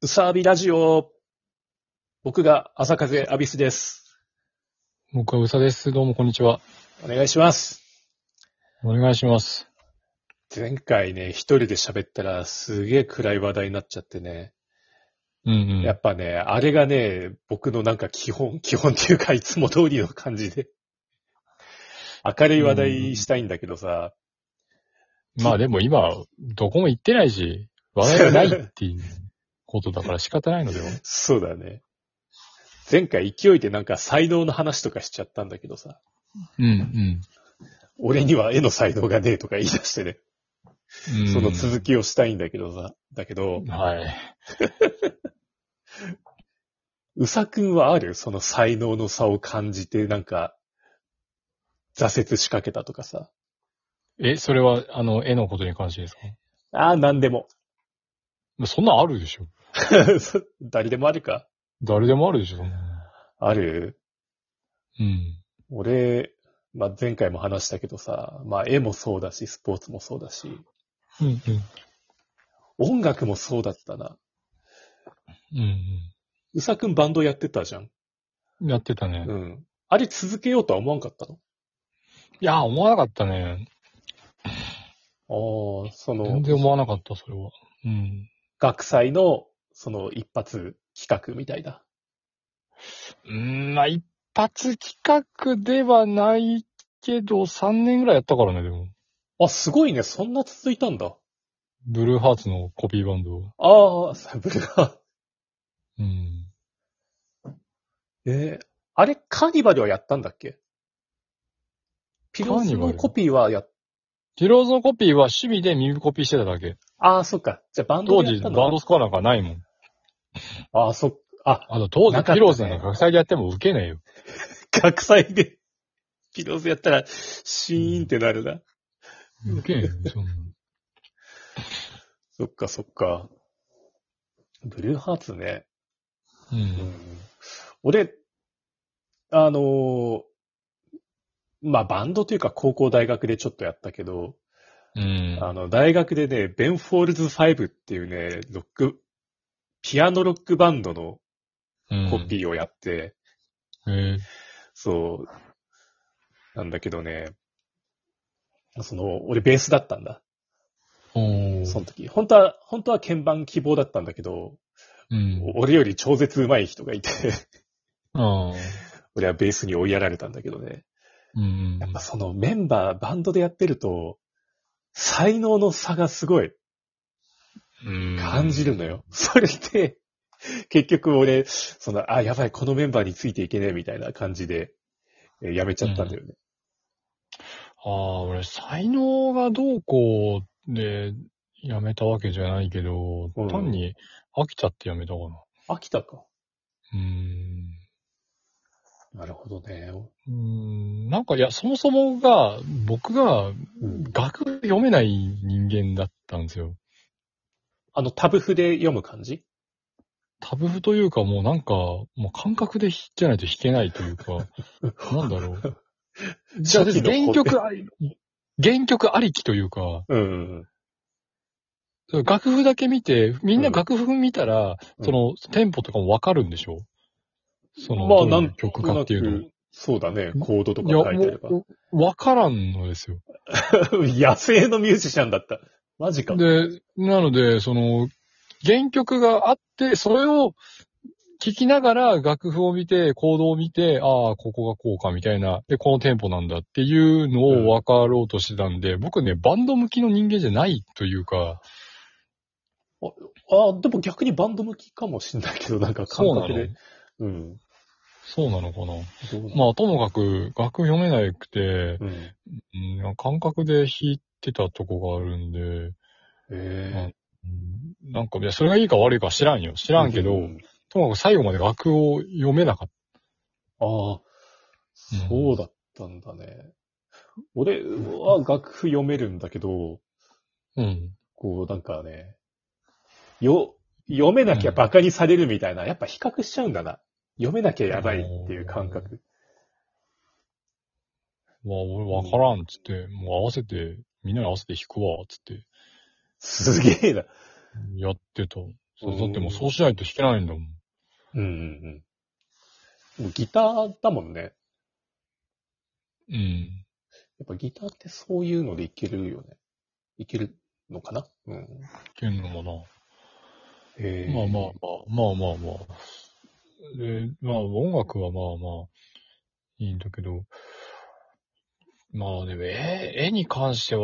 うさびラジオ。僕が朝風アビスです。僕はうさです。どうもこんにちは。お願いします。お願いします。前回ね、一人で喋ったらすげえ暗い話題になっちゃってね。うんうん。やっぱね、あれがね、僕のなんか基本、基本っていうかいつも通りの感じで。明るい話題したいんだけどさ。まあでも今、どこも行ってないし、話題がないっていうことだから仕方ないのでは。そうだね。前回勢いでなんか才能の話とかしちゃったんだけどさ。うんうん。俺には絵の才能がねえとか言い出してね。うんその続きをしたいんだけどさ。だけど、はい。うさくんはあるその才能の差を感じて、なんか、挫折しかけたとかさ。え、それは、あの、絵のことに関してですかああ、なんでも。 まあそんなんあるでしょ。そ誰でもあるか誰でもあるでしょ、そんなのあるうん。俺、まあ、前回も話したけどさ、まあ、絵もそうだし、スポーツもそうだし、うんうん。音楽もそうだったな。うんうさくんバンドやってたじゃん。うん。やってたね。うん。あれ続けようとは思わんかったのいや、思わなかったね。ああ、その全、然思わなかった、それは。うん。学祭の、その一発企画みたいな。うん、まあ一発企画ではないけど、3年ぐらいやったからね、でも。あ、すごいね。そんな続いたんだ。ブルーハーツのコピーバンド。ああ、サブルが。うん。えーあれ、カーニバルはやったんだっけピローズカーニバのルコピーはやっ、ピローズのコピーは趣味で耳コピーしてただけ。ああ、そっか。じゃあバンド当でやっ時、たバンのドスコアなんかないもん。ああ、そっあ、あと当なかっ時、たねピローズなんか学祭でやっても受けねえよ。学祭で、ピローズやったら、シーンってなるな。受けねえ よ、そんなの。そっか、そっか。ブルーハーツね。う。うんん、俺、あのーまあ、バンドというか高校大学でちょっとやったけど、うん。あの、大学でね、ベン・フォールズ5っていうね、ロック、ピアノロックバンドのうんコピーをやって、へえそう、なんだけどね、その、俺ベースだったんだ。おーその時。本当は、本当は鍵盤希望だったんだけど、うん。俺より超絶上手い人がいて、 ああ。俺はベースに追いやられたんだけどね。うんやっぱそのメンバー、バンドでやってると、才能の差がすごいうん。感じるのよ。それで、結局俺、その、あ、やばい、このメンバーについていけねえみたいな感じで、えやめちゃったんだよね。ああ、俺、才能がどうこうで、やめたわけじゃないけどうん、単に飽きちゃってやめたかな。飽きたか。うん。なるほどね。うんなんか、いや、そもそもが、僕が、うん楽読めない人間だったんですよ。あの、タブ譜で読む感じタブ譜というか、もうなんか、もう感覚で弾じゃないと弾けないという か、なんだろう。じゃあ、初期の原曲あり、原曲ありきというか、うん。楽譜だけ見て、みんな楽譜見たら、うんその、テンポとかもわかるんでしょその、まあ、どなういんう曲かっていうとなくそうだね。んコードとかの。書いいてあやれ、ば。もう、わからんのですよ。 野生のミュージシャンだった。マジか。で、なので、その、原曲があって、それを聞きながら楽譜を見て、コードを見て、ああ、ここがこうかみたいな、で、このテンポなんだっていうのを分かろうとしてたんで、僕ね、バンド向きの人間じゃないというか、あ、でも逆にバンド向きかもしんないけど、なんか感そうな覚ので。うん。そうなのかな。どうなのまあ、ともかく、楽譜読めなくて、うん。うん、感覚で弾いてたとこがあるんで、えうんなんか、いや、それがいいか悪いか知らんよ。知えらんけど、ともかく最後まで楽譜を読めなかっあた。あ、うんそうだったんだね。俺は楽譜読めるんだけど、うん。こうなんかね、よ、読めなきゃ馬鹿にされるみたいな、やっぱ比較しちゃうんだな。読めなきゃやばいっていう感覚。まあ、俺わからんっつって、もう合わせて、みんなに合わせて弾くわ、っつって、すげえな。やってた。そうだってもうそうしないと弾けないんだもん。うんうんうん。もうギターだもんね。うん。やっぱギターってそういうのでいけるよね。いけるのかなうん。っていうのもな。えまあまあまあ、まあまあまあ。で、まあ音楽はまあまあ、いいんだけど、まあでも、絵、絵に関しては、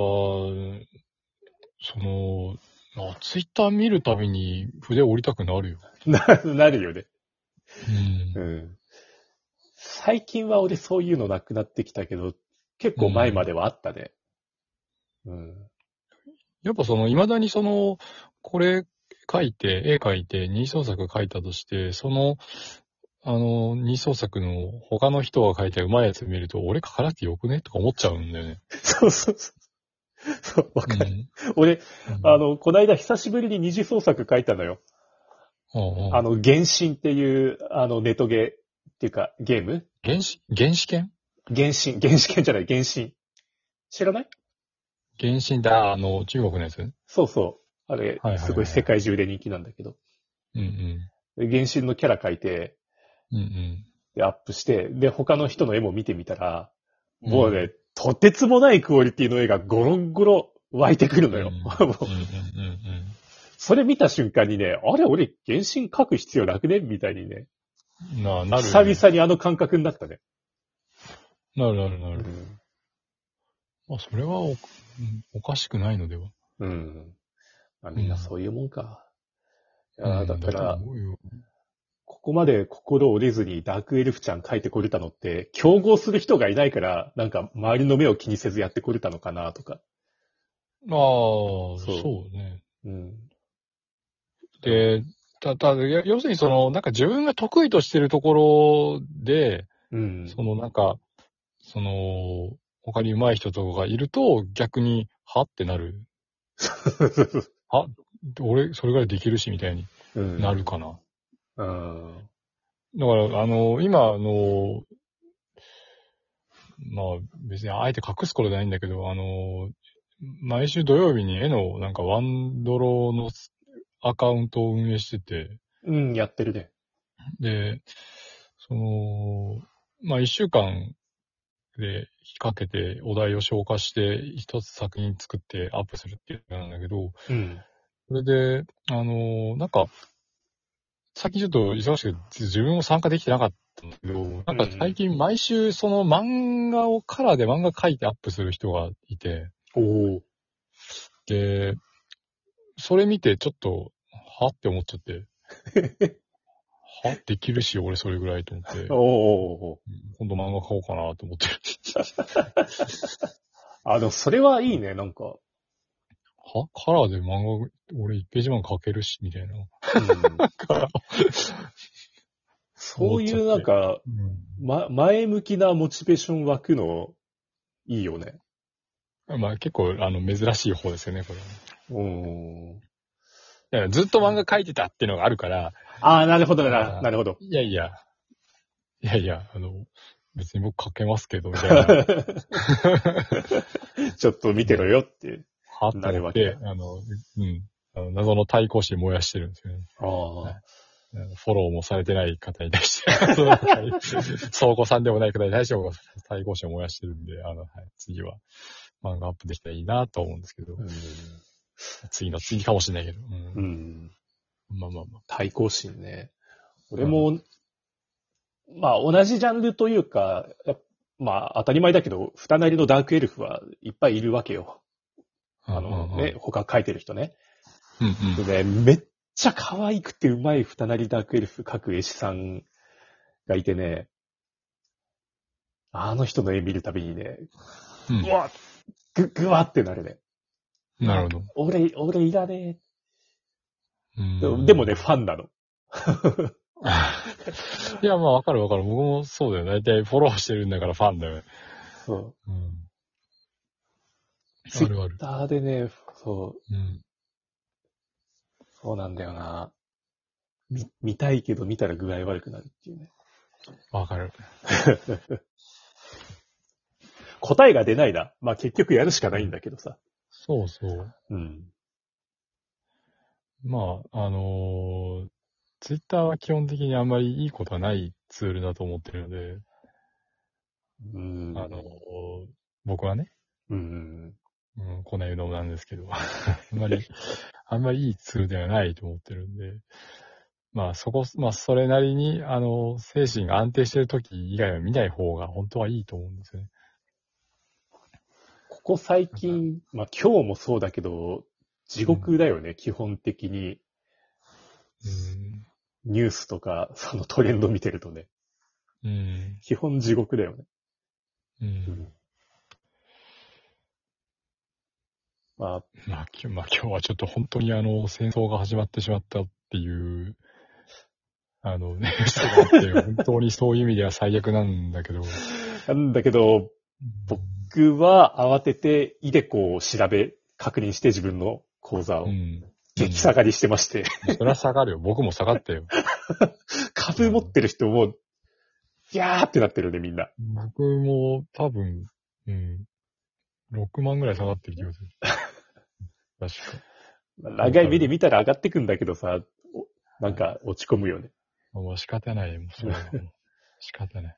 その、まあツイッター見るたびに筆折りたくなるよ。あ。な、なるよね。うん。うん。最近は俺そういうのなくなってきたけど、結構前まではあったね。うん。やっぱその、未だにその、これ書いて、絵描いて、二創作書いたとして、その、あの、二創作の他の人が書いたうまいやつ見ると、俺書かなくてよくねとか思っちゃうんだよね。そうそうそう。そう、わかる。うん俺、うんあの、こないだ久しぶりに二次創作書いたのよ。うんうんあの、原神っていう、あの、ネトゲっていうか、ゲーム原子、原子圏原神、原始圏じゃない、原神。知らない原子だ、あの、中国のやつ。うんそうそう。あれはいはい、はいすごい世界中で人気なんだけど。うん。で原神のキャラ書いて、うんうん。で、アップして、で、他の人の絵も見てみたら、うんもうね、とてつもないクオリティの絵がゴロンゴロ湧いてくるのよ。う もんううんうんうんそれ見た瞬間にね、あれ、俺、原神書く必要なくねみたいにね、うん。なあ、なる、久々にあの感覚になったね。なるなるなうる。ん。まあ、それはお、うんおかしくないのでは。うん。まあ、みんなそういうもんか。いやうーんだかとら、思うよここまで心折れずにダークエルフちゃん書いてこれたのって、競合する人がいないから、なんか周りの目を気にせずやってこれたのかなとか。ああ、うそうね。うん。で、た、た、や要するにその、なんか自分が得意としてるところで、うん。そのなんか、その、他に上手い人とかがいると、逆に、はってなる。俺、それぐらいできるし、みたいにうんなるかな。うん。だから、あの、今、あの、まあ別にあえて隠すことじゃないんだけど、あの、毎週土曜日に絵のなんかワンドローのアカウントを運営してて、うん、やってるね。で、その、まあ一週間で引っ掛けてお題を消化して一つ作品作ってアップするっていうのなんだけど、うん。それで、あのーなんか、最近ちょっと忙しくて、自分も参加できてなかったんだけど、なんか最近毎週その漫画をカラーで漫画書いてアップする人がいて、おお。で、それ見てちょっと、はって思っちゃって、 はできるし、俺それぐらいと思っておー、おーおー今度漫画買おうかなと思って る。あの、それはいいね、なんか。はカラーで漫画、俺1ページ漫画書けるし、みたいな。うん、そういうなんか、ま、前向きなモチベーション湧くの、いいよね。まあ結構、あの、珍しい方ですよね、これ。うん。だからずっと漫画書いてたっていうのがあるから、ああ、なるほどな、なる ほど。いやいや、いやいや、あの、別に僕書けますけど、みたいな、ちょっと見てろよっていう。はってなる思っわけて、あの、うん、あの謎の対抗心燃やしてるんですよね。あああのフォローもされてない方に対して、 その倉庫さんでもない方に対しても対抗心を燃やしてるんで、あの、はい、次は漫画アップできたらいいなと思うんですけど、次の次かもしれないけど、う、うんん。まあまあまあ。対抗心ね。俺も、まあ同じジャンルというか、やっまあ当たり前だけど、二なりのダークエルフはいっぱいいるわけよ。あの、うんうんうんね、他書いてる人ね。うんうんでね、めっちゃ可愛くてうまい二なりダークエルフ描く絵師さんがいてね、あの人の絵見るたびにね、うんうわ、ぐ、ぐわってなるね。なるほど。俺、俺いらねうんえ。でもでもね、ファンなの。いや、まあ、わかるわかる。僕もそうだよ。大体フォローしてるんだからファンだよね。そう。うん。ツイあるあるッ。ターでね、そう、うん。そうなんだよな。見、見たいけど見たら具合悪くなるっていうね。わかる。答えが出ないな。まあ結局やるしかないんだけどさ。そうそう。うん。まあ、あのツイッター Twitter は基本的にあんまりいいことはないツールだと思ってるので、うん。あの僕はね、うん。うん、こないのもなんですけど、 あんまり、あんまりいいツールではないと思ってるんで、まあそこ、まあそれなりに、あの、精神が安定してる時以外は見ない方が本当はいいと思うんですよね。ここ最近、まあ今日もそうだけど、地獄だよね、基本的に。ニュースとか、そのトレンド見てるとね。うん。うん。基本地獄だよね。うん。まあ、まあ、きまあ、今日はちょっと本当にあの、戦争が始まってしまったっていう、あの、ね、 人があって、本当にそういう意味では最悪なんだけど。なんだけど、僕は慌てて、イデコを調べ、確認して自分の講座うをん。激下がりしてま して、うんそれは下がるよ。僕も下がったよ。株持ってる人も、ギャーってなってるね、みんな。僕も多分、うん、6万ぐらい下がってる気が する。確か。長い目で見たら上がってくんだけどさ、おなんか落ち込むよね。 もう仕方ないよ、もうそれはもう仕方ない。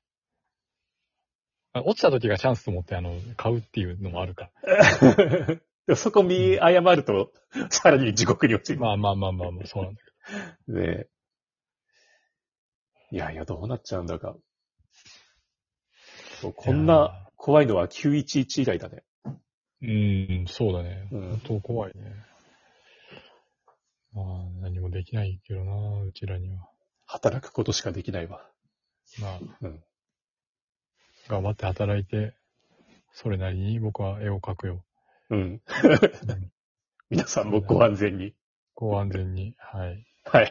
あ落ちた時がチャンスと思って、あの、買うっていうのもあるかでもそこ見誤ると、 さらに地獄に落ちら。る。まあまあまあまあまあ、そうなんだけねえいやいや、どうなっちゃうんだか。そうど。こんな怖いのは911以来だね。いやー。うん、そうだね。うん本当怖いね。まあ、何もできないけどな、うちらには。働くことしかできないわ。まあ、うん頑張って働いて、それなりに僕は絵を描く よ。うん。うん皆さんもご安全に。ご安全に。はい。はい。